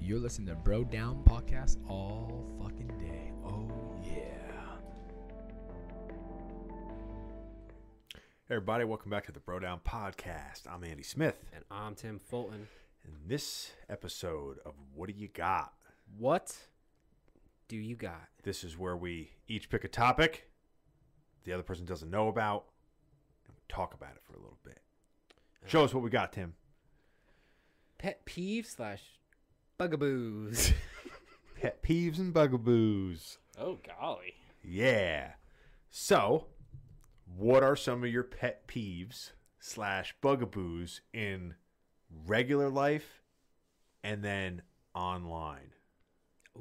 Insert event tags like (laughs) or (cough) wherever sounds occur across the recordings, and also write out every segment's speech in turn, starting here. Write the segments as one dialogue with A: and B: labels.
A: You're listening to Bro Down Podcast all fucking day. Oh, yeah.
B: Hey everybody, welcome back to the Bro Down Podcast. I'm Andy Smith,
C: And I'm Tim Fulton.
B: and this episode of What Do You Got?
C: What do you got?
B: This is where we each pick a topic the other person doesn't know about, and we talk about it for a little bit. Show us what we got, Tim.
C: Pet peeve slash
A: (laughs)
C: bugaboos.
B: Pet peeves and bugaboos.
C: oh golly.
B: Yeah. So, what are some of your pet peeves slash bugaboos in regular life and then online?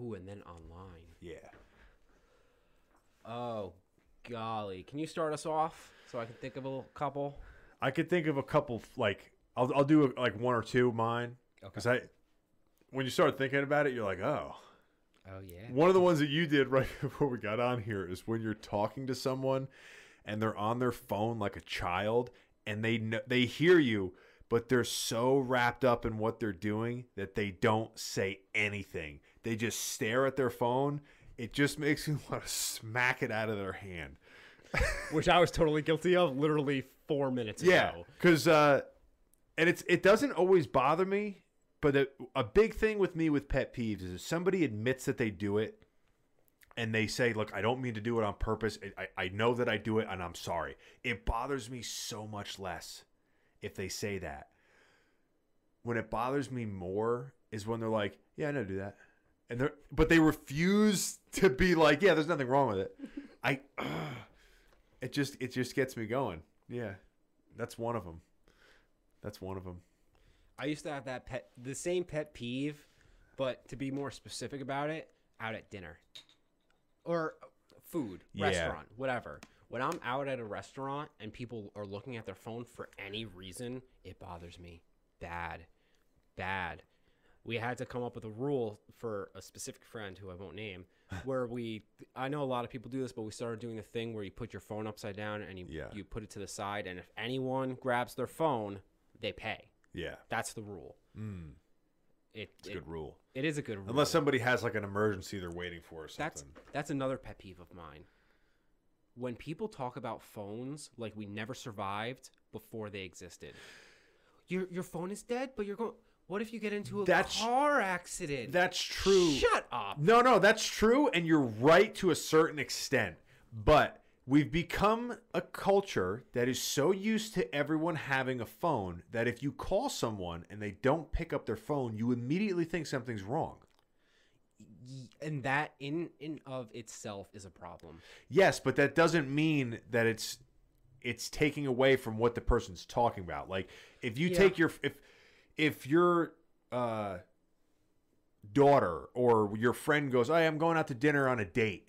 C: Ooh, and then online.
B: Yeah.
C: Oh golly. Can you start us off so I can think of a little couple?
B: I could think of a couple like I'll I'll do like one or two of mine because I when you start thinking about it, you're like, oh.
C: Oh yeah.
B: One of the ones that you did (laughs) right before we got on here is when you're talking to someone and they're on their phone like a child and they know, they hear you, but they're so wrapped up in what they're doing that they don't say anything. They just stare at their phone. It just (laughs) makes me want to smack it out of their hand.
C: Which I was totally guilty of literally four minutes
B: Yeah, because uh, and it's it doesn't always bother me, but a, a big thing with me with pet peeves is if somebody admits that they do it, and they say, "Look, I don't mean to do it on purpose. I, I I know that I do it, and I'm sorry." It bothers me so much less if they say that. When it bothers me more is when they're like, "Yeah, I know to do that," and they're but they refuse to be like, "Yeah, there's nothing wrong with it." I. (sighs) it just it just gets me going. Yeah, that's one of them. That's one of them.
C: I used to have that pet the same pet peeve, but to be more specific about it, out at dinner. Or food,
B: Yeah.
C: restaurant, whatever. When I'm out at a restaurant and people are looking at their phone for any reason, it bothers me. Bad. Bad. We had to come up with a rule for a specific friend who I won't
B: (laughs)
C: name, where we I know a lot of people do this, but we started doing the thing where you put your phone upside down and you
B: Yeah.
C: you put it to the side and if anyone grabs their phone, they pay.
B: Yeah,
C: That's the rule. It,
B: Hmm. it's a
C: it-
B: good rule.
C: it is a good rule.
B: Unless somebody has like an emergency they're waiting for or
C: that's
B: something.
C: that's another pet peeve of mine. When people talk about phones like we never survived before they existed. Your your phone is dead, but you're going. What if you get into a
B: That's-
C: car accident?
B: That's true.
C: Shut up.
B: No, no, that's true, and you're right to a certain extent. But we've become a culture that is so used to everyone having a phone that if you call someone and they don't pick up their phone, you immediately think something's wrong.
C: And that in in of itself is a problem.
B: Yes, but that doesn't mean that it's it's taking away from what the person's talking about. Like if you
C: Yeah.
B: take your if if your uh, daughter or your friend goes, "Hey, I'm going out to dinner on a date,"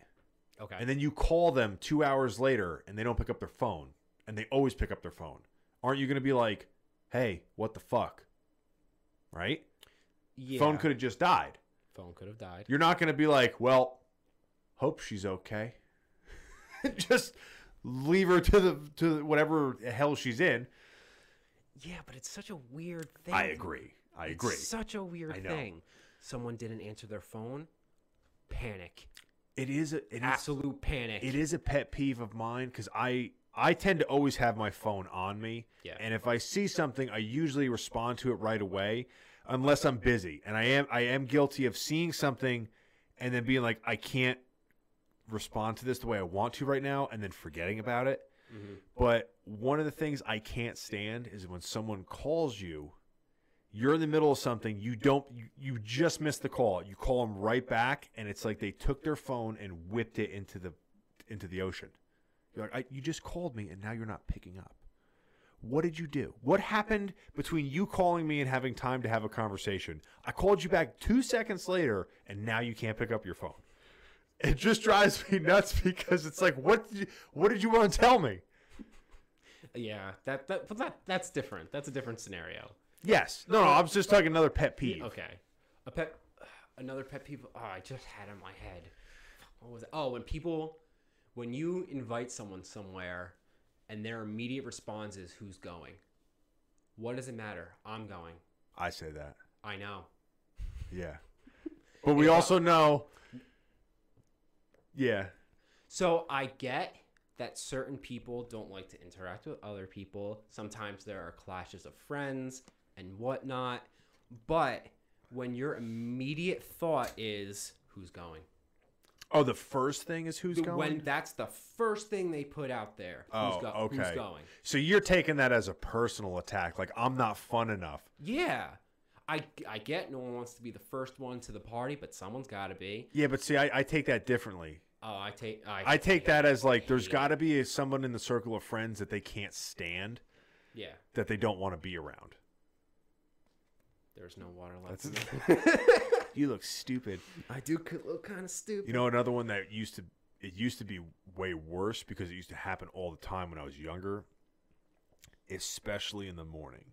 C: Okay.
B: and then you call them two hours later and they don't pick up their phone, and they always pick up their phone, aren't you going to be like, "Hey, what the fuck?" Right?
C: yeah.
B: Phone could have just died.
C: phone could have died.
B: You're not going to be like, well, hope she's okay. (laughs) Just leave her to the to whatever hell she's in.
C: Yeah, but it's such a weird thing.
B: I agree. I agree.
C: It's such a weird
B: I know.
C: thing. Someone didn't answer their phone. Panic.
B: It is a it is,
C: Absolute panic.
B: it is a pet peeve of mine because I I tend to always have my phone on me.
C: Yeah.
B: And if I see something, I usually respond to it right away, unless I'm busy. And I am I am guilty of seeing something and then being like, I can't respond to this the way I want to right now, and then forgetting about it. But one of the things I can't stand is when someone calls you, you're in the middle of something, you don't, you, you just missed the call. You call them right back, and it's like they took their phone and whipped it into the into the ocean. You're like, I, you just called me, and now you're not picking up. What did you do? What happened between you calling me and having time to have a conversation? I called you back two seconds later, and now you can't pick up your phone. It just drives me nuts because it's like, what did you, what did you want to tell me?
C: Yeah, that that but that that's different. That's a different scenario.
B: Yes. No, no, I was just talking another pet peeve.
C: Okay, a pet, (sighs) another pet peeve. Oh, I just had it in my head. What was it? Oh, when people, when you invite someone somewhere, and their immediate response is "Who's going?" What does it matter? I'm going.
B: I say that.
C: I know.
B: Yeah. But we
C: Yeah.
B: also know. Yeah.
C: So I get that certain people don't like to interact with other people. Sometimes there are clashes of friends and whatnot. But when your immediate thought is who's going,
B: Oh, the first thing is who's going.
C: when that's the first thing they put out there,
B: Oh,
C: who's, go- who's
B: okay.
C: going?
B: So you're taking that as a personal attack, like I'm not fun enough.
C: Yeah. I, I get no one wants to be the first one to the party, but someone's got to be.
B: Yeah, but see, I, I take that differently.
C: Oh, I take I,
B: I take that as like there's
C: hate it.
B: got to be someone in the circle of friends that they can't stand,
C: Yeah,
B: that they don't want to be around.
C: there's no water left.
B: That's-
C: in there.
B: You look stupid.
C: (laughs) I do c- look kind of stupid.
B: You know, another one that used to it used to be way worse because it used to happen all the time when I was younger, especially in the morning.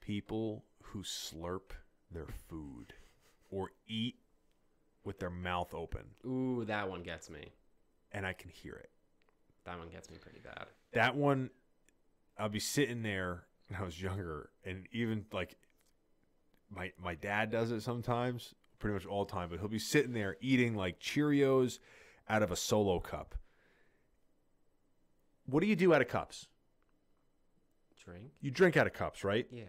B: People who slurp their food or eat with their mouth open,
C: Ooh, that one gets me.
B: and I can hear it.
C: That one gets me pretty bad.
B: that one i'll be sitting there when i was younger and even like my my dad does it sometimes pretty much all the time but he'll be sitting there eating like cheerios out of a solo cup what do you do out of cups
C: Drink?
B: you drink out of cups right
C: Yeah.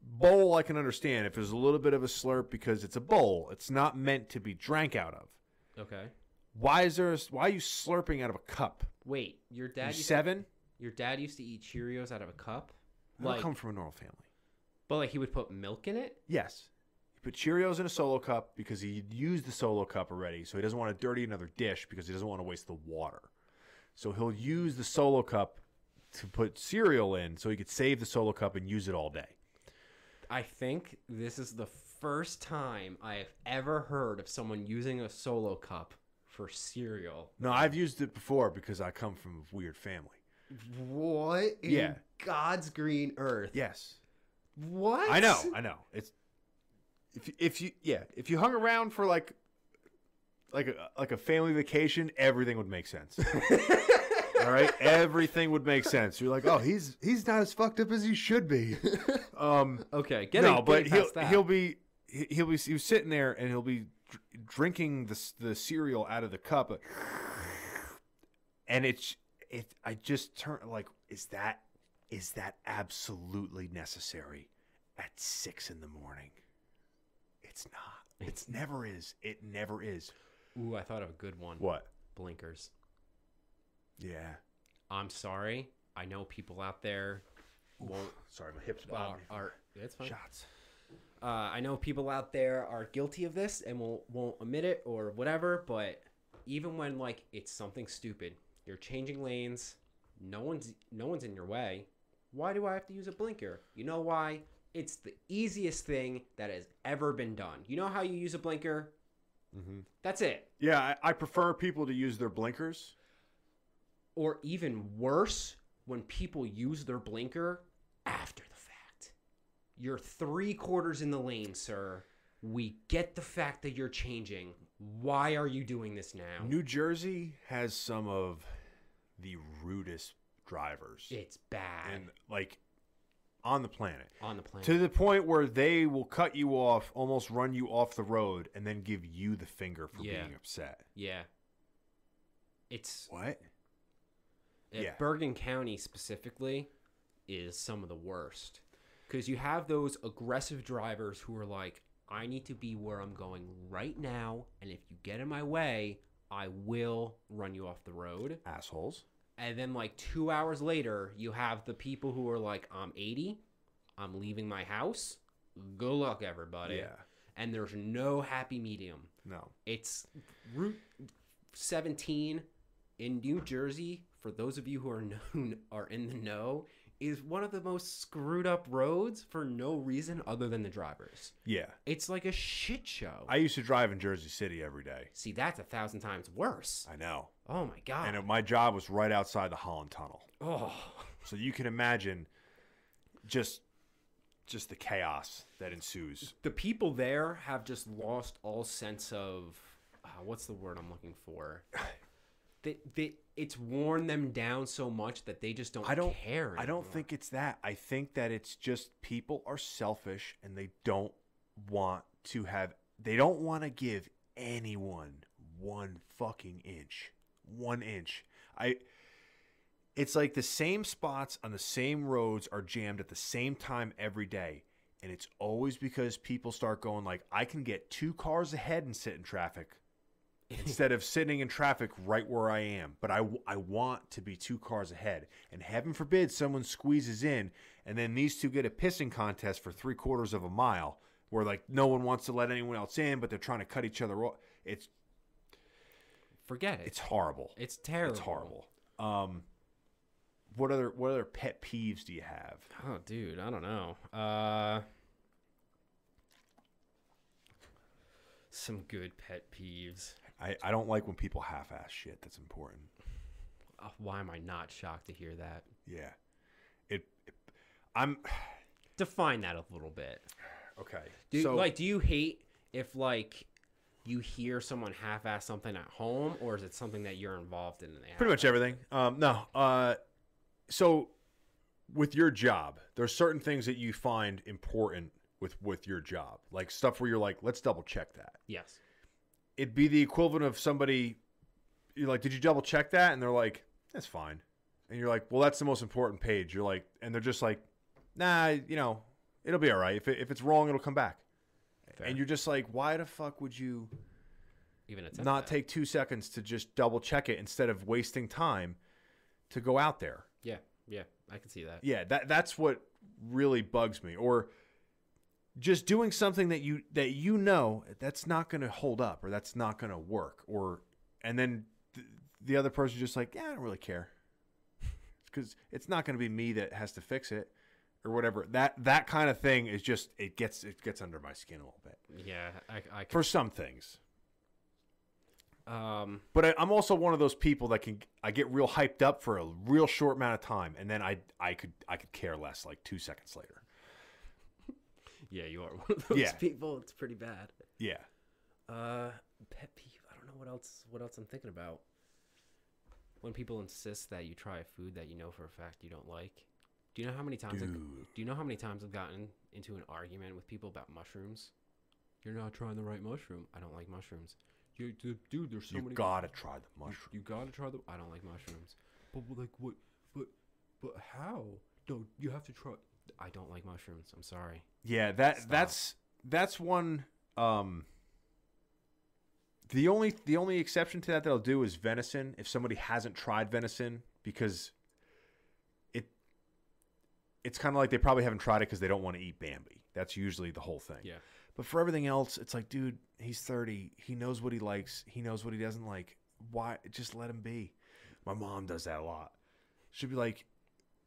B: bowl i can understand if there's a little bit of a slurp because it's a bowl it's not meant to be drank out of
C: Okay.
B: why is there a, why are you slurping out of a cup
C: Wait, your dad
B: you
C: used
B: seven
C: your dad used to eat Cheerios out of a cup?
B: i
C: Like
B: come from a normal family
C: but like he would put milk in it?
B: Yes. He put Cheerios in a solo cup because he used the solo cup already, so he doesn't want to dirty another dish because he doesn't want to waste the water. So he'll use the solo cup to put cereal in so he could save the solo cup and use it all day.
C: I think this is the first time I have ever heard of someone using a solo cup for cereal.
B: No, I've used it before because I come from a weird family.
C: What in
B: Yeah.
C: God's green earth?
B: Yes.
C: What?
B: I know,
C: (laughs)
B: I know. It's if if you yeah, if you hung around for like like a, like a family vacation, everything would make sense. All right, everything would make sense. You're like, oh, he's he's not as fucked up as he should be. Um,
C: Okay, (laughs) get
B: no,
C: it,
B: but
C: get
B: he'll
C: past that.
B: he'll be he- he'll be he was sitting there and he'll be dr- drinking the s- the cereal out of the cup, like, and it's it. I just turn like, is that is that absolutely necessary at six in the morning? It's not.
C: (laughs)
B: It's never is. It never is.
C: Ooh, I thought of a good one.
B: What?
C: Blinkers.
B: Yeah.
C: I'm sorry. I know people out there won't
B: Sorry, my hips
C: are,
B: bobbed.
C: are it's fine.
B: Shots.
C: Uh, I know people out there are guilty of this and won't won't admit it or whatever, but even when like it's something stupid, you're changing lanes, no one's no one's in your way. Why do I have to use a blinker? You know why? It's the easiest thing that has ever been done. You know how you use a blinker?
B: hmm
C: That's it.
B: Yeah, I, I prefer people to use their blinkers.
C: Or even worse, when people use their blinker after the fact. You're three quarters in the lane, sir. We get the fact that you're changing. Why are you doing this now?
B: New Jersey has some of the rudest drivers,
C: it's bad
B: and like on the planet.
C: on the planet.
B: To the point where they will cut you off, almost run you off the road, and then give you the finger for
C: Yeah.
B: being upset.
C: yeah. It's
B: What?
C: at
B: yeah.
C: Bergen County specifically is some of the worst. Because you have those aggressive drivers who are like, I need to be where I'm going right now. And if you get in my way, I will run you off the road.
B: Assholes.
C: And then, like, two hours later, you have the people who are like, I'm 80, I'm leaving my house. Good luck, everybody.
B: Yeah.
C: And there's no happy medium.
B: No.
C: It's Route 17 in New Jersey. For those of you who are (laughs) known are in the know, is one of the most screwed up roads for no reason other than the drivers.
B: Yeah.
C: It's like a shit show.
B: I used to drive in Jersey City every day.
C: See, that's a thousand times worse.
B: I know.
C: Oh my god.
B: And it, my job was right outside the Holland Tunnel.
C: oh,
B: So you can imagine just just the chaos that ensues.
C: the people there have just lost all sense of uh, what's the word I'm looking
B: (sighs)
C: for. They, they, it's worn them down so much that they just don't.
B: I don't
C: care.
B: I don't
C: anymore.
B: think it's that. I think that it's just people are selfish and they don't want to have They don't want to give anyone one fucking inch. One inch. I it's like the same spots on the same roads are jammed at the same time every day. And it's always because people start going like, I can get two cars ahead and sit in traffic instead of sitting in traffic right where I am. But I, w- I want to be two cars ahead. And heaven forbid someone squeezes in and then these two get a pissing contest for three quarters of a mile where like no one wants to let anyone else in, but they're trying to cut each other off. It's,
C: Forget it. It's,
B: it's horrible.
C: terrible.
B: It's horrible. Um, what other what other pet peeves do you have?
C: Oh, dude, I don't know. Uh, some good pet peeves.
B: I, I don't like when people half ass shit. That's important.
C: Uh, why am I not shocked to hear that?
B: Yeah, it. I'm
C: Define that a little bit.
B: okay.
C: Do
B: so
C: like, do you hate if like you hear someone half-ass something at home, or is it something that you're involved in? and they
B: pretty
C: half-
B: much everything. Um, no. Uh, so with your job, there's certain things that you find important with with your job, like stuff where you're like, let's double check that.
C: Yes.
B: it'd be the equivalent of somebody you're like, did you double check that? And they're like, that's fine. And you're like, well, that's the most important page. You're like, and they're just like, nah, you know, it'll be all right. If, it, if it's wrong, it'll come back.
C: Fair.
B: And you're just like, why the fuck would you
C: Even attempt
B: not
C: that.
B: take two seconds to just double check it instead of wasting time to go out there?
C: Yeah, yeah, I can see that.
B: Yeah, that that's what really bugs me. Or just doing something that you that you know that's not going to hold up or that's not going to work or and then th- the other person just like, "Yeah, I don't really care." (laughs) Cuz it's not going to be me that has to fix it or whatever. That that kind of thing is just it gets it gets under my skin a little bit
C: Yeah, I, I can.
B: for some things.
C: Um,
B: But I, I'm also one of those people that can I get real hyped up for a real short amount of time and then I I could I could care less like 2 seconds later.
C: yeah, you are one of those (laughs)
B: Yeah.
C: people. It's pretty bad.
B: Yeah.
C: Uh, pet peeve. I don't know what else. What else I'm thinking about. When people insist that you try a food that you know for a fact you don't like. Do you know how many times? I,
B: Dude.
C: do you know how many times I've gotten into an argument with people about mushrooms? You're not trying the right mushroom. I don't like mushrooms. You, dude, dude, there's so
B: you
C: many.
B: gotta try the
C: You-
B: mushroom.
C: You, gotta try the. I don't like mushrooms. But but, like what? But but how? No, you have to try. I don't like mushrooms. I'm sorry.
B: yeah, that
C: Stop.
B: that's that's one. Um, the only the only exception to that that I'll do is venison. If somebody hasn't tried venison, because it it's kind of like they probably haven't tried it because they don't want to eat Bambi. That's usually the whole thing.
C: Yeah.
B: But for everything else, it's like, dude, he's thirty. He knows what he likes. He knows what he doesn't like. Why? Just let him be. My mom does that a lot. She'd be like,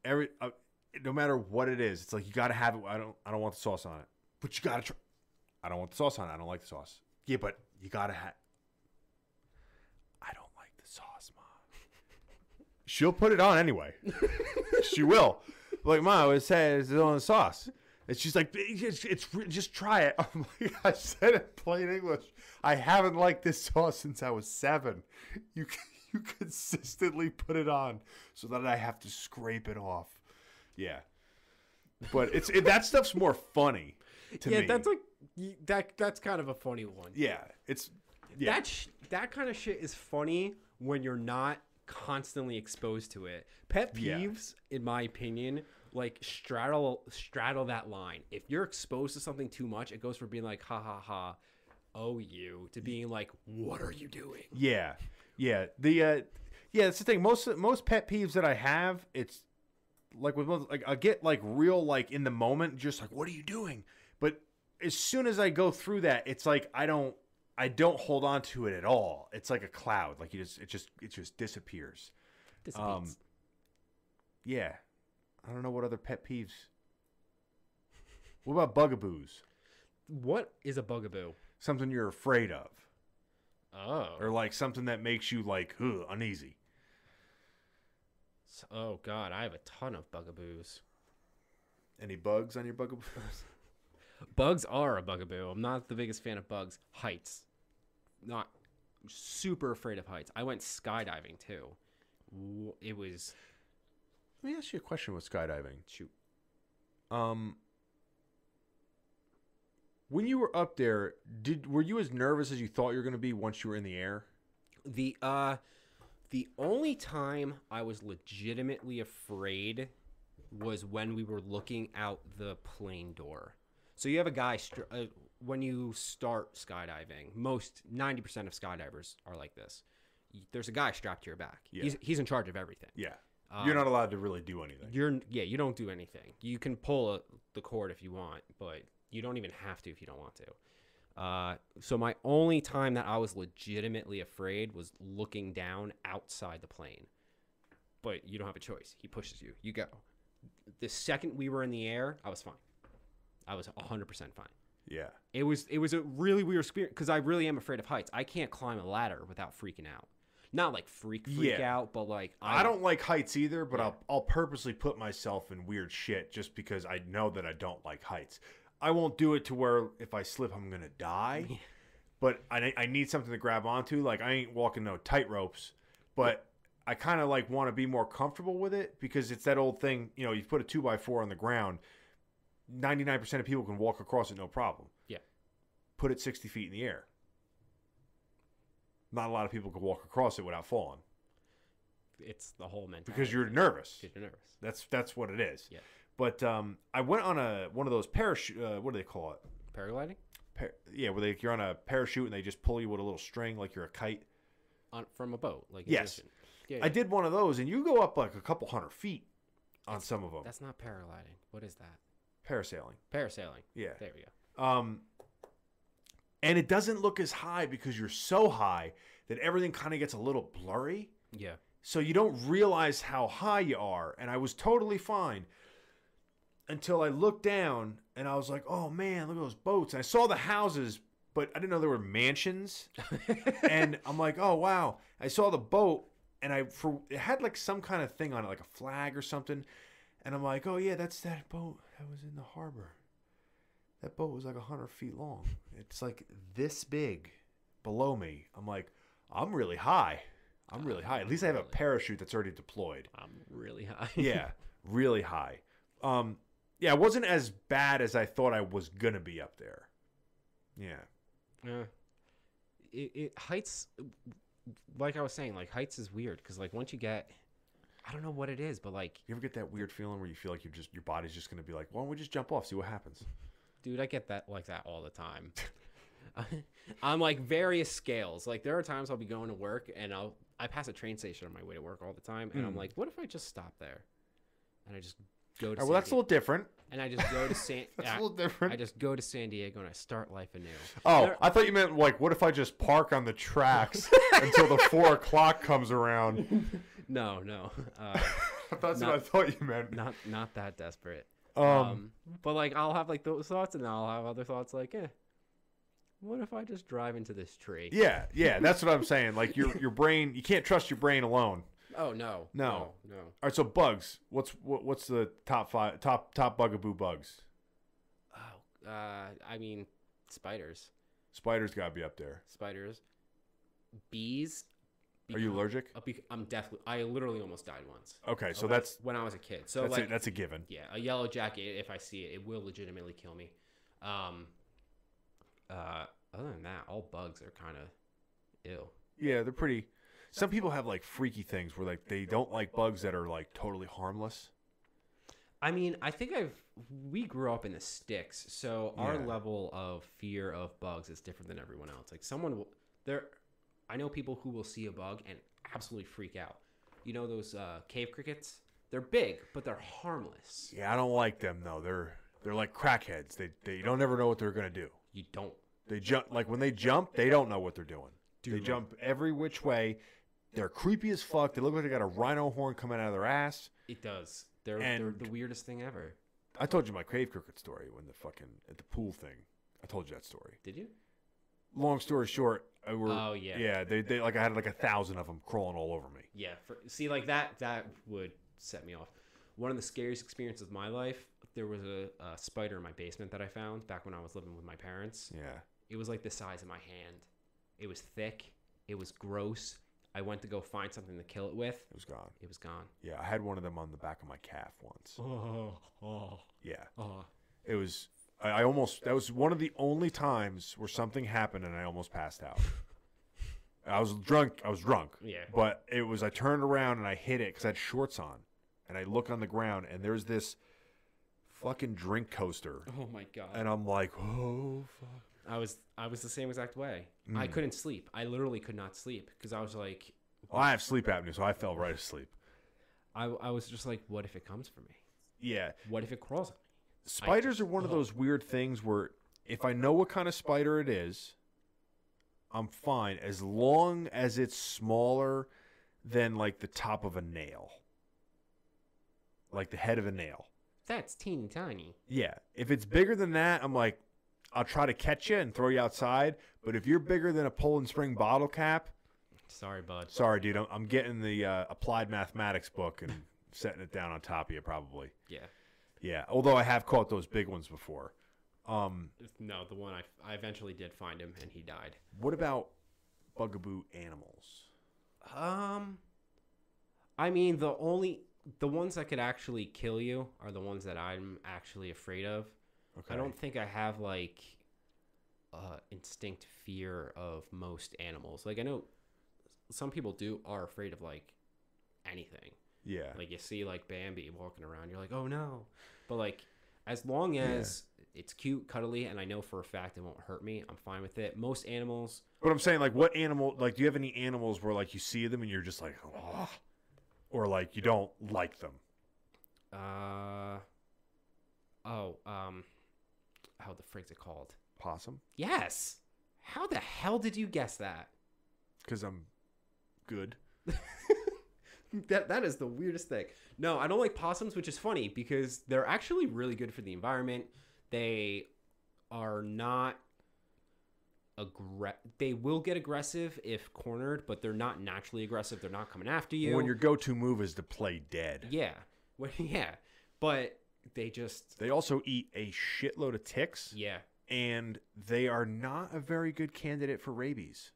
B: every uh, no matter what it is, it's like you got to have it. I don't I don't want the sauce on it, but you got to try. I don't want the sauce on it. I don't like the sauce. Yeah, but you got to have. I don't like the sauce, mom. (laughs) She'll put it on anyway. she will. Like mom always says, it's on the sauce. And she's like, it's, it's re- just try it. (laughs) I'm like, I said it plain English. I haven't liked this sauce since I was seven. You c- (laughs) you consistently put it on so that I have to scrape it off. Yeah, but it's it, that stuff's more funny to me.
C: like that. That's kind of a funny one.
B: yeah, it's yeah.
C: That sh- that kind of shit is funny when you're not constantly exposed to it. Pet
B: Yeah.
C: peeves, in my opinion, like straddle straddle that line. If you're exposed to something too much, it goes from being like ha ha ha, oh you, to being like what are you doing?
B: Yeah, yeah. The uh, yeah, that's the thing. Most most pet peeves that I have, it's like with most, like I get like real like in the moment, just like what are you doing? But as soon as I go through that, it's like I don't I don't hold on to it at all. It's like a cloud. Like you just it just it just disappears.
C: This
B: Um,
C: beats-
B: Yeah, I don't know what other pet peeves. What about bugaboos?
C: what is a bugaboo?
B: Something you're afraid of,
C: Oh,
B: or like something that makes you like ugh, uneasy.
C: s- oh god, I have a ton of bugaboos.
B: Any bugs on your bugaboos?
C: Bugs are a bugaboo. I'm not the biggest fan of bugs. Heights. Not super afraid of heights. I went skydiving too. W- It was
B: (laughs) Let me ask you a question with skydiving.
C: shoot.
B: Um, When you were up there, did were you as nervous as you thought you were going to be once you were in the air?
C: The uh the only time I was legitimately afraid was when we were looking out the plane door. So you have a guy str- uh, when you start skydiving. Most 90% of skydivers are like this. Y- There's a guy strapped to your back.
B: Yeah.
C: He's he's in charge of everything.
B: Yeah.
C: Um,
B: You're not allowed to really do anything.
C: You're yeah, you don't do anything. You can pull a, the cord if you want, but you don't even have to if you don't want to. Uh, so my only time that I was legitimately afraid was looking down outside the plane. But you don't have a choice. He pushes you. You go. The second we were in the air, I was fine. I was 100% fine.
B: Yeah.
C: It was it was a really weird experience because I really am afraid of heights. I can't climb a ladder without freaking out. Not like freak freak
B: Yeah.
C: out, but like
B: I don't like heights either, but I'll I'll purposely put myself in weird shit just because I know that I don't like heights. I won't do it to where if I slip I'm gonna (laughs) die, but I I need something to grab onto. Like I ain't walking no tightropes, but I kind of like want to be more comfortable with it because it's that old thing. You know, you put a two by four on the ground, ninety nine percent of people can walk across it no problem.
C: Yeah.
B: put it sixty feet in the air. Not a lot of people can walk across it without falling
C: It's the whole mentality.
B: because you're nervous.
C: Because you're nervous.
B: That's that's what it is.
C: Yeah.
B: But um, I went on a one of those parachute. Uh, what do they call it?
C: Paragliding?
B: Par- yeah, where they, you're on a parachute and they just pull you with a little string like you're a kite.
C: On, from a boat. like in
B: Yes.
C: the ocean. Yeah,
B: I
C: yeah.
B: did one of those, and you go up like a couple hundred feet on some of them.
C: That's not paragliding. What is that?
B: Parasailing.
C: Parasailing.
B: Yeah.
C: There we go.
B: Um, and it doesn't look as high because you're so high that everything kind of gets a little blurry.
C: Yeah. (laughs)
B: So you don't realize how high you are. And I was totally fine until I looked down and I was like, oh man, look at those boats. And I saw the houses, but I didn't know there were mansions. and I'm like, oh wow. I saw the boat and I for it had like some kind of thing on it, like a flag or something. And I'm like, oh yeah, that's that boat that was in the harbor. That boat was like hundred feet long. It's like this big below me. I'm like, I'm really high. I'm really high. At least I have a parachute that's already deployed.
C: I'm really high.
B: (laughs) Yeah, really high. Um, yeah, it wasn't as bad as I thought I was gonna be up there. Yeah,
C: (laughs) Yeah. It, it heights, like I was saying, like heights is weird because like once you get, I don't know what it is, but like,
B: you ever get that weird feeling where you feel like you just your body's just gonna be like, why don't we just jump off, see what happens?
C: dude, I get that like that all the time. (laughs) I'm like various scales. Like there are times I'll be going to work and I'll I pass a train station on my way to work all the time, and I'm
B: Mm.
C: like, what if I just stop there, and I just go to
B: All right, well, that's a
C: San
B: little different.
C: Di- and I just
B: (laughs)
C: go to San.
B: That's
C: I-
B: a little different.
C: I just go to San Diego and I start life anew.
B: oh,
C: There-
B: I thought you meant like, what if I just park on the (laughs) tracks until the four o'clock comes around?
C: no, no, (laughs) uh,
B: (laughs) That's
C: Not-
B: what I thought you meant.
C: not not that desperate.
B: um,
C: Um, but like I'll have like those thoughts, and then I'll have other thoughts like, eh, what if I just drive into this tree?
B: yeah, yeah, that's what I'm saying. Like your your brain, you can't trust your brain alone.
C: Oh no,
B: No.
C: no, no.
B: All right, so bugs. What's what, what's the top five top top bugaboo bugs?
C: Oh, uh, I mean, spiders,
B: Spiders got to be up there.
C: spiders, bees.
B: Are you
C: beca-
B: allergic?
C: uh, bec- I'm definitely. I literally almost died once.
B: Okay,
C: Uh,
B: so
C: when-
B: that's
C: when I was a kid. So
B: that's
C: like
B: a, that's a given.
C: yeah, a yellow jacket. If I see it, it will legitimately kill me. Um, uh, other than that, all bugs are kind of ill.
B: Yeah, they're pretty. Some people have like freaky things where like they don't like bugs that are like totally harmless.
C: I mean, I think I've we grew up in the sticks, so our
B: Yeah.
C: level of fear of bugs is different than everyone else. Like someone will, there, I know people who will see a bug and absolutely freak out. You know those uh, cave crickets? They're big, but they're harmless.
B: Yeah, I don't like them though. They're they're like crackheads. They they don't ever know what they're gonna do.
C: You don't.
B: They jump like when they jump, they don't know what they're doing. They
C: Dude.
B: jump every which way. They're creepy as fuck. They look like they got a rhino horn coming out of their ass.
C: It does. They're
B: And-
C: they're the weirdest thing ever.
B: I told you my crave cricket story when the fucking at the pool thing. I told you that story.
C: Did you?
B: Long story short, I were
C: Oh, yeah.
B: yeah they, they like I had like a thousand of them crawling all over me.
C: Yeah. For, see, like that that would set me off. One of the scariest experiences of my life. There was a, a spider in my basement that I found back when I was living with my parents.
B: Yeah.
C: It was like the size of my hand. It was thick. It was gross. I went to go find something to kill it with.
B: It was gone.
C: It was gone.
B: Yeah, I had one of them on the back of my calf once.
C: Oh, oh,
B: Yeah,
C: oh.
B: it was I, I almost that was one of the only times where something happened and I almost passed out. I was drunk. I was drunk.
C: Yeah.
B: But it was I turned around and I hit it because I had shorts on, and I look on the ground and there's this fucking drink coaster,
C: Oh my god.
B: and I'm like, oh fuck.
C: I was I was the same exact way. I couldn't sleep. I literally could not sleep because I was like
B: Well, I have sleep apnea, so I fell right asleep.
C: I, I was just like, what if it comes for me?
B: Yeah.
C: What if it crawls on me?
B: Spiders are one of those weird things where if I know what kind of spider it is, I'm fine as long as it's smaller than like the top of a nail. Like the head of a nail.
C: That's teeny tiny.
B: Yeah. If it's bigger than that, I'm like, I'll try to catch you and throw you outside. But if you're bigger than a Poland Spring bottle cap,
C: Sorry, bud.
B: sorry, dude, I'm, I'm getting the uh, applied mathematics book and (laughs) setting it down on top of you, probably.
C: Yeah.
B: Yeah. Although I have caught those big ones before. Um,
C: No, the one I, I eventually did find him and he died.
B: What about bugaboo animals?
C: Um, I mean, the only the ones that could actually kill you are the ones that I'm actually afraid of.
B: Okay.
C: I don't think I have like uh instinct fear of most animals. Like I know some people do are afraid of like anything.
B: Yeah.
C: Like you see like Bambi walking around, you're like, "Oh no." But like as long as it's cute, cuddly, and I know for a fact it won't hurt me, I'm fine with it. Most animals,
B: but I'm saying, like, what animal? Like, do you have any animals where like you see them and you're just like, oh, or like you don't like them?
C: uh Oh, um how the frig's it called?
B: Possum?
C: Yes. How the hell did you guess that?
B: Because I'm good.
C: (laughs) that that is the weirdest thing. No, I don't like possums, which is funny because they're actually really good for the environment. They are not aggre- they will get aggressive if cornered, but they're not naturally aggressive. They're not coming after you.
B: When your go-to move is to play dead.
C: yeah. Well, (laughs) yeah. But they just
B: They also eat a shitload of ticks,
C: yeah.
B: and they are not a very good candidate for rabies.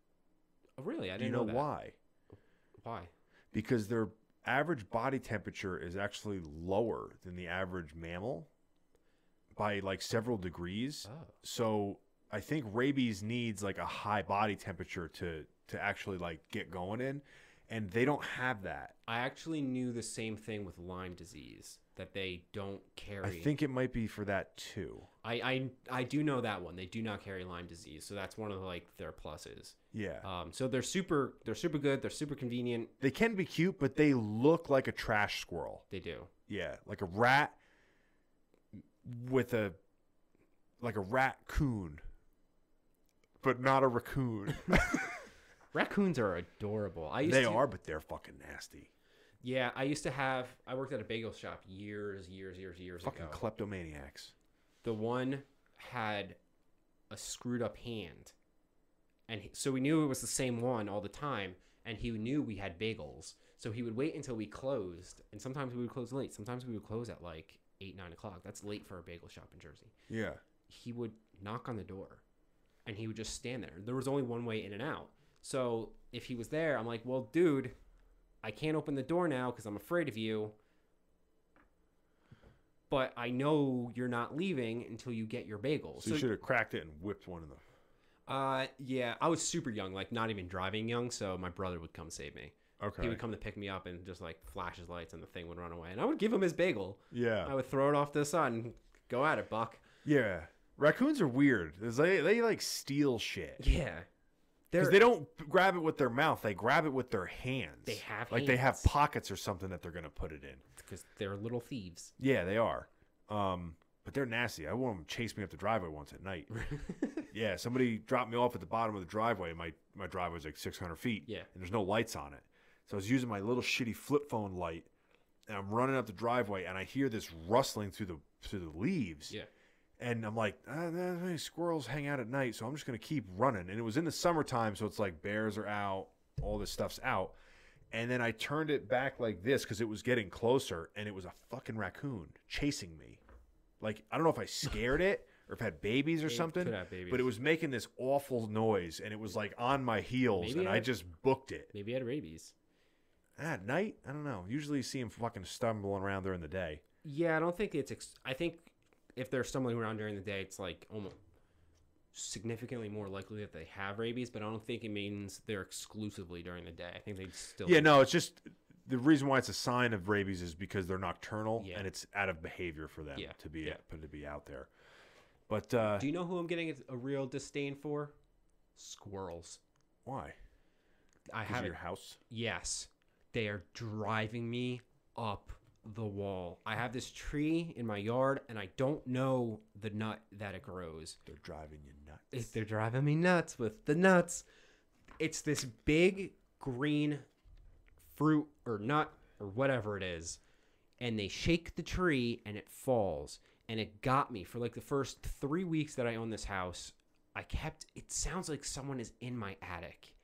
C: Oh, really? I
B: Do
C: didn't
B: you know,
C: that.
B: why?
C: Why?
B: Because their average body temperature is actually lower than the average mammal by like several degrees.
C: Oh.
B: so I think rabies needs like a high body temperature to to actually like get going in, and they don't have that.
C: I actually knew the same thing with Lyme disease that they don't carry.
B: I think it might be for that too.
C: I, I I do know that one. They do not carry Lyme disease, so that's one of like their pluses.
B: Yeah,
C: Um, so they're super they're super good. They're super convenient.
B: they can be cute, but they look like a trash squirrel.
C: They do.
B: Yeah, like a rat with a like a raccoon, but not a raccoon.
C: Raccoons are adorable. (laughs) I used
B: they
C: to,
B: are, but they're fucking nasty.
C: Yeah, I used to have. I worked at a bagel shop years, years, years, years
B: Fucking
C: ago.
B: kleptomaniacs.
C: the one had a screwed up hand, and he- so we knew it was the same one all the time. And he knew we had bagels, so he would wait until we closed. And sometimes we would close late. Sometimes we would close at like eight, nine o'clock. That's late for a bagel shop in Jersey.
B: Yeah.
C: he would knock on the door and he would just stand there. There was only one way in and out. So if he was there, I'm like, well, dude, I can't open the door now because I'm afraid of you. But I know you're not leaving until you get your bagel.
B: So, you should have cracked it and whipped one of them.
C: uh, yeah, I was super young, like not even driving young. So my brother would come save me.
B: Okay.
C: He would come to pick me up and just like flash his lights and the thing would run away. And I would give him his bagel.
B: yeah.
C: I would throw it off to the side and go at it, Buck.
B: Yeah, raccoons are weird. It's like- they like steal shit
C: Yeah.
B: because they don't grab it with their mouth. They grab it with their hands.
C: They have
B: like they have
C: hands.
B: pockets or something that they're gonna put it in.
C: because they're little thieves. (laughs)
B: Yeah, they are. Um, but they're nasty. I want them to chase me up the driveway once at night. yeah, somebody dropped me off at the bottom of the driveway. My my driveway's like 600 feet.
C: Yeah.
B: and there's no lights on it. So I was using my little shitty flip phone light, and I'm running up the driveway, and I hear this rustling through the through the leaves.
C: Yeah.
B: And I'm like, ah, nah, nah, squirrels hang out at night, so I'm just gonna keep running. And it was in the summertime, so it's like bears are out, all this stuff's out. And then I turned it back like this because it was getting closer, and it was a fucking raccoon chasing me. Like I don't know if I scared it or if I had babies or
C: It
B: something,
C: could have babies.
B: but it was making this awful noise, and it was like on my heels,
C: Maybe
B: and
C: it
B: I
C: had-
B: just booked it. Ah,
C: Maybe he had rabies.
B: At night, I don't know. Usually, you see him fucking stumbling around during the day.
C: Yeah, I don't think it's. Ex- I think if they're stumbling around during the day, it's like almost significantly more likely that they have rabies. But I don't think it means they're exclusively during the day. I think they still
B: Yeah, no, it's just the reason why it's a sign of rabies is because they're nocturnal
C: Yeah.
B: and it's out of behavior for them
C: Yeah,
B: to be
C: yeah.
B: put to be out there. But uh,
C: Do you know who I'm getting a- a real disdain for? Squirrels.
B: why?
C: I
B: Because
C: have
B: of
C: it.
B: your house.
C: Yes, they are driving me up the wall. I have this tree in my yard, and I don't know the nut that it grows.
B: They're driving you nuts.
C: If they're driving me nuts with the nuts. It's this big green fruit or nut or whatever it is, and they shake the tree and it falls. And it got me for like the first three weeks that I owned this house. I kept. It sounds like someone is in my attic.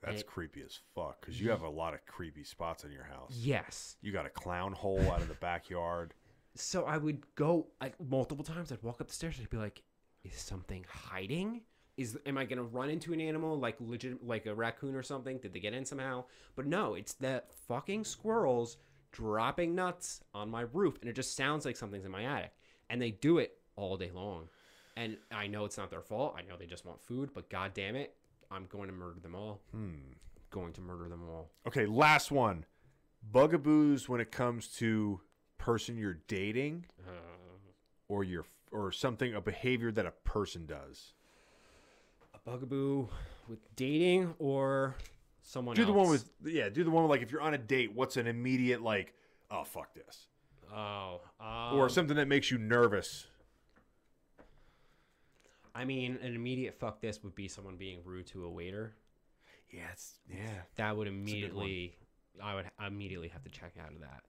B: That's
C: it- Mm.
B: creepy as fuck because you have a lot of creepy spots in your house.
C: Yes.
B: You got a clown hole out of the backyard.
C: so I would go like multiple times. I'd walk up the stairs. I'd be like, "Is something hiding? Is am I gonna run into an animal like legit like a raccoon or something? Did they get in somehow?" But no, it's the fucking squirrels dropping nuts on my roof, and it just sounds like something's in my attic. And they do it all day long. And I know it's not their fault. I know they just want food, but god damn it, I'm going to murder them all. (laughs)
B: Hmm.
C: Going to murder them all.
B: Okay, last one. Bugaboos when it comes to person you're dating
C: Uh,
B: or your or something a behavior that a person does.
C: a bugaboo with dating or someone
B: do the one
C: else?
B: with yeah. Do the one with like if you're on a date, what's an immediate like oh fuck this
C: Oh,
B: or
C: um,
B: something that makes you nervous.
C: I mean, an immediate fuck this would be someone being rude to a waiter.
B: Yeah, it's, yeah,
C: That would
B: a good one.
C: immediately, I would immediately have to check out of that.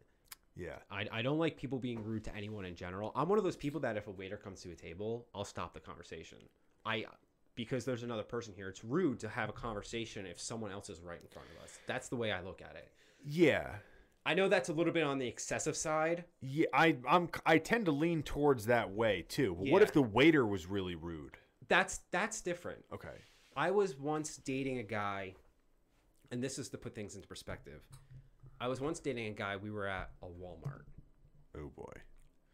B: yeah.
C: I, I don't like people being rude to anyone in general. I'm one of those people that if a waiter comes to a table, I'll stop the conversation. I because there's another person here. It's rude to have a conversation if someone else is right in front of us. That's the way I look at it.
B: Yeah.
C: I know that's a little bit on the excessive side.
B: Yeah, I I'm I tend to lean towards that way too. But What
C: Yeah.
B: if the waiter was really rude?
C: That's that's different.
B: Okay.
C: I was once dating a guy, and this is to put things into perspective. I was once dating a guy. We were at a Walmart,
B: Oh boy.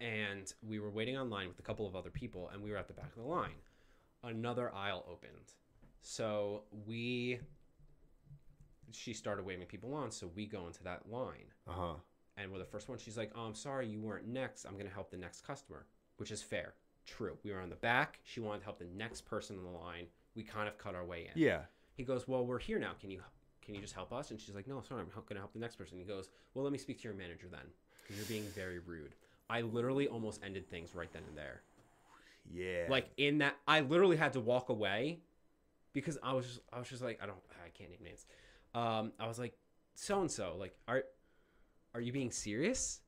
C: and we were waiting online with a couple of other people, and we were at the back of the line. Another aisle opened, so we. She started waving people on, so we go into that line,
B: Uh huh.
C: and we're the first one. She's like, "Oh, I'm sorry, you weren't next. I'm gonna help the next customer," which is fair, true. We were on the back. She wanted to help the next person in the line. We kind of cut our way in.
B: Yeah.
C: He goes, "Well, we're here now. Can you can you just help us?" And she's like, "No, sorry, I'm going to help the next person." He goes, "Well, let me speak to your manager then, because you're being very rude." I literally almost ended things right then and there.
B: Yeah.
C: Like in that, I literally had to walk away because I was just I was just like, I don't, I can't name names. Um, I was like, so and so, like, are are you being serious?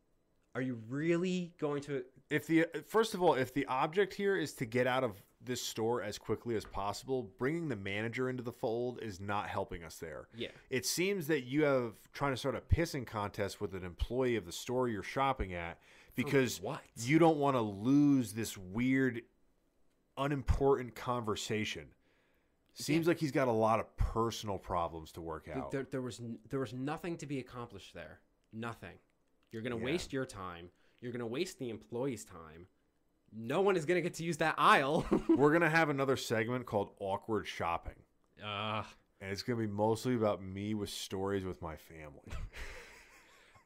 C: Are you really going to?
B: if the first of all, if the object here is to get out of this store as quickly as possible, bringing the manager into the fold is not helping us there.
C: Yeah.
B: It seems that you have trying to start a pissing contest with an employee of the store you're shopping at because
C: what?
B: you don't want to lose this weird, unimportant conversation. Seems like he's got a lot of personal problems to work
C: Dude,
B: out.
C: there, there was n- there was nothing to be accomplished there. Nothing. You're gonna
B: Yeah.
C: waste your time. You're gonna waste the employee's time. No one is gonna get to use that aisle. (laughs)
B: We're gonna have another segment called awkward shopping.
C: uh,
B: And it's gonna be mostly about me with stories with my family.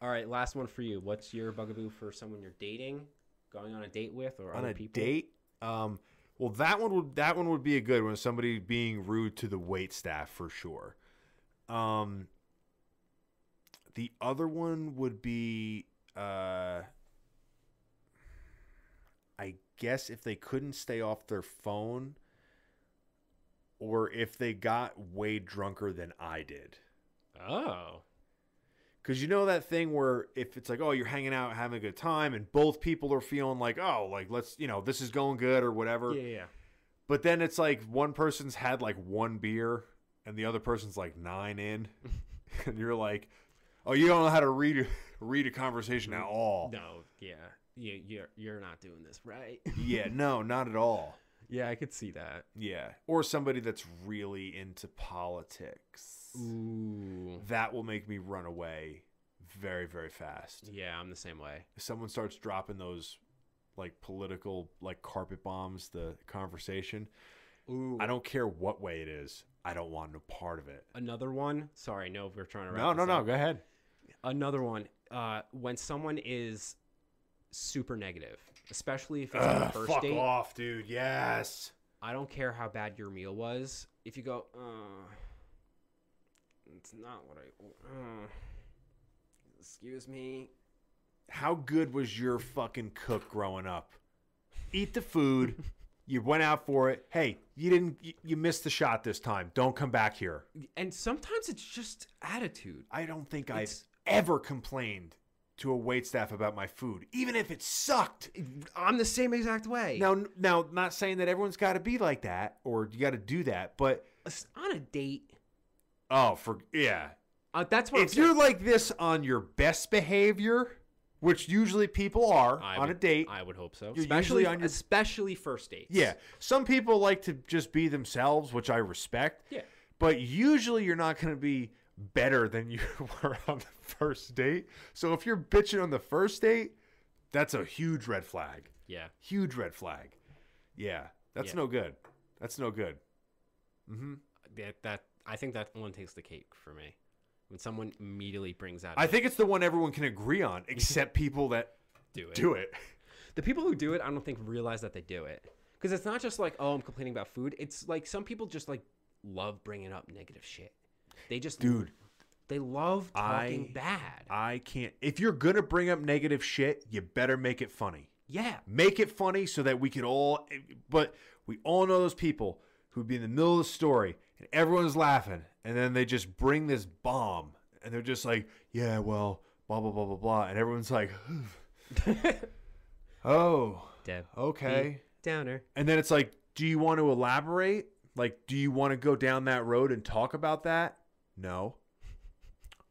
C: all right, last one for you. What's your bugaboo for someone you're dating, going on a date with, or
B: on
C: other
B: a
C: people?
B: date. Um, well, that one would that one would be a good one. Somebody being rude to the wait staff for sure. Um, the other one would be, uh, I guess, if they couldn't stay off their phone, or if they got way drunker than I did.
C: Oh,
B: Because you know that thing where if it's like, oh, you're hanging out, having a good time, and both people are feeling like, oh, like, let's, you know, this is going good or whatever.
C: yeah, yeah.
B: But then it's like one person's had like one beer and the other person's like
C: (laughs)
B: nine in. and you're like, oh, you don't know how to read, read a conversation at all.
C: No, yeah, you, you're you're not doing this
B: (laughs)
C: right. (laughs)
B: Yeah, no, not at all.
C: yeah, I could see that.
B: Yeah. Or somebody that's really into politics.
C: Ooh,
B: That will make me run away very, very fast.
C: yeah, I'm the same way.
B: If someone starts dropping those like political like carpet bombs the conversation.
C: Ooh,
B: I don't care what way it is. I don't want no part of it.
C: another one. Sorry, no, we're trying to. Wrap
B: No, no,
C: this
B: no.
C: up.
B: Go ahead.
C: Another one. Uh, when someone is super negative, especially if it's on a
B: Ugh,
C: first
B: fuck
C: date,
B: off, dude. Yes.
C: I don't care how bad your meal was. If you go, uh, it's not what I. Uh, excuse me.
B: How good was your fucking cook growing up? Eat
C: (laughs)
B: the food. you went out for it. Hey, you didn't. You, you missed the shot this time. Don't come back here.
C: And sometimes it's just attitude.
B: I don't think I've
C: It's-
B: ever complained to a waitstaff about my food, even if it sucked.
C: I'm the same exact way.
B: Now, now, not saying that everyone's got to be like that or you got to do that, but
C: It's on a date.
B: oh, for yeah,
C: Uh, that's what I'm
B: if
C: saying.
B: you're like this on your best behavior, which usually people are
C: I
B: on a
C: would-
B: date,
C: I would hope so.
B: You're
C: especially
B: usually on your-
C: especially first dates.
B: yeah, some people like to just be themselves, which I respect.
C: Yeah.
B: but usually you're not going to be better than you (laughs) were on the first date. So if you're bitching on the first date, that's a huge red flag.
C: Yeah.
B: Huge red flag. Yeah, that's
C: Yeah.
B: no good. That's no good. hmm
C: That, that I think that one takes the cake for me. When someone immediately brings out
B: I think it's the one everyone can agree on, except people that
C: do it.
B: do it.
C: The people who do it, I don't think realize that they do it. Cuz it's not just like, "Oh, I'm complaining about food." It's like some people just like love bringing up negative shit. They just
B: Dude.
C: they love talking
B: I-
C: bad.
B: I can't. If you're gonna bring up negative shit, you better make it funny. (laughs)
C: yeah.
B: Make it funny so that we could all. But we all know those people who'd be in the middle of the story and everyone's laughing, and then they just bring this bomb, and they're just like, "Yeah, well, blah blah blah blah blah," and everyone's like, (sighs) "Oh,
C: Deb.
B: okay."
C: Downer.
B: And then it's like, "Do you want to elaborate? Like, do you want to go down that road and talk about that?" No. (laughs)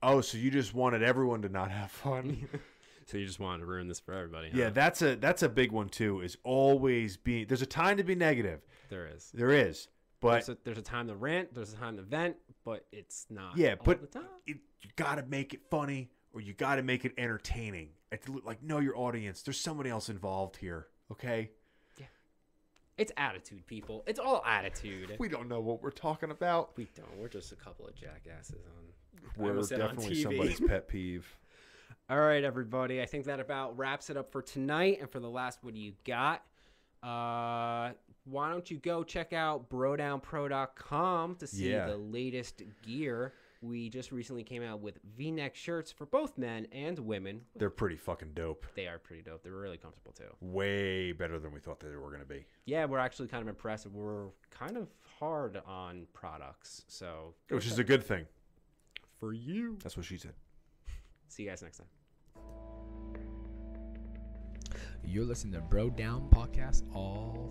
B: Oh, so you just wanted everyone to not have fun.
C: So you just wanted to ruin this for everybody.
B: Yeah, that's a that's a big one too. Is always being there's a time to be negative.
C: there is.
B: There is, but
C: There's a, there's a time to rant, there's a time to vent, but it's not.
B: yeah,
C: all
B: but
C: the time.
B: it, you got to make it funny or you got to make it entertaining. It's li- Like know your audience. There's somebody else involved here. Okay,
C: It's attitude, people. It's all attitude.
B: we don't know what we're talking about.
C: We don't. We're just a couple of jackasses on. I
B: We're
C: almost said on
B: definitely
C: TV.
B: (laughs) somebody's pet peeve.
C: (laughs) All right, everybody. I think that about wraps it up for tonight. And for the last, what do you got? Uh, why don't you go check out brodownpro.com to see
B: Yeah.
C: the latest gear. We just recently came out with V-neck shirts for both men and women.
B: They're pretty fucking dope.
C: They are pretty dope. They're really comfortable too.
B: Way better than we thought they were gonna be.
C: Yeah, we're actually kind of impressed. We're kind of hard on products, so
B: Which is a good thing.
C: for you.
B: That's what she said.
C: See you guys next time.
A: You're listening to Bro Down Podcast All Oh,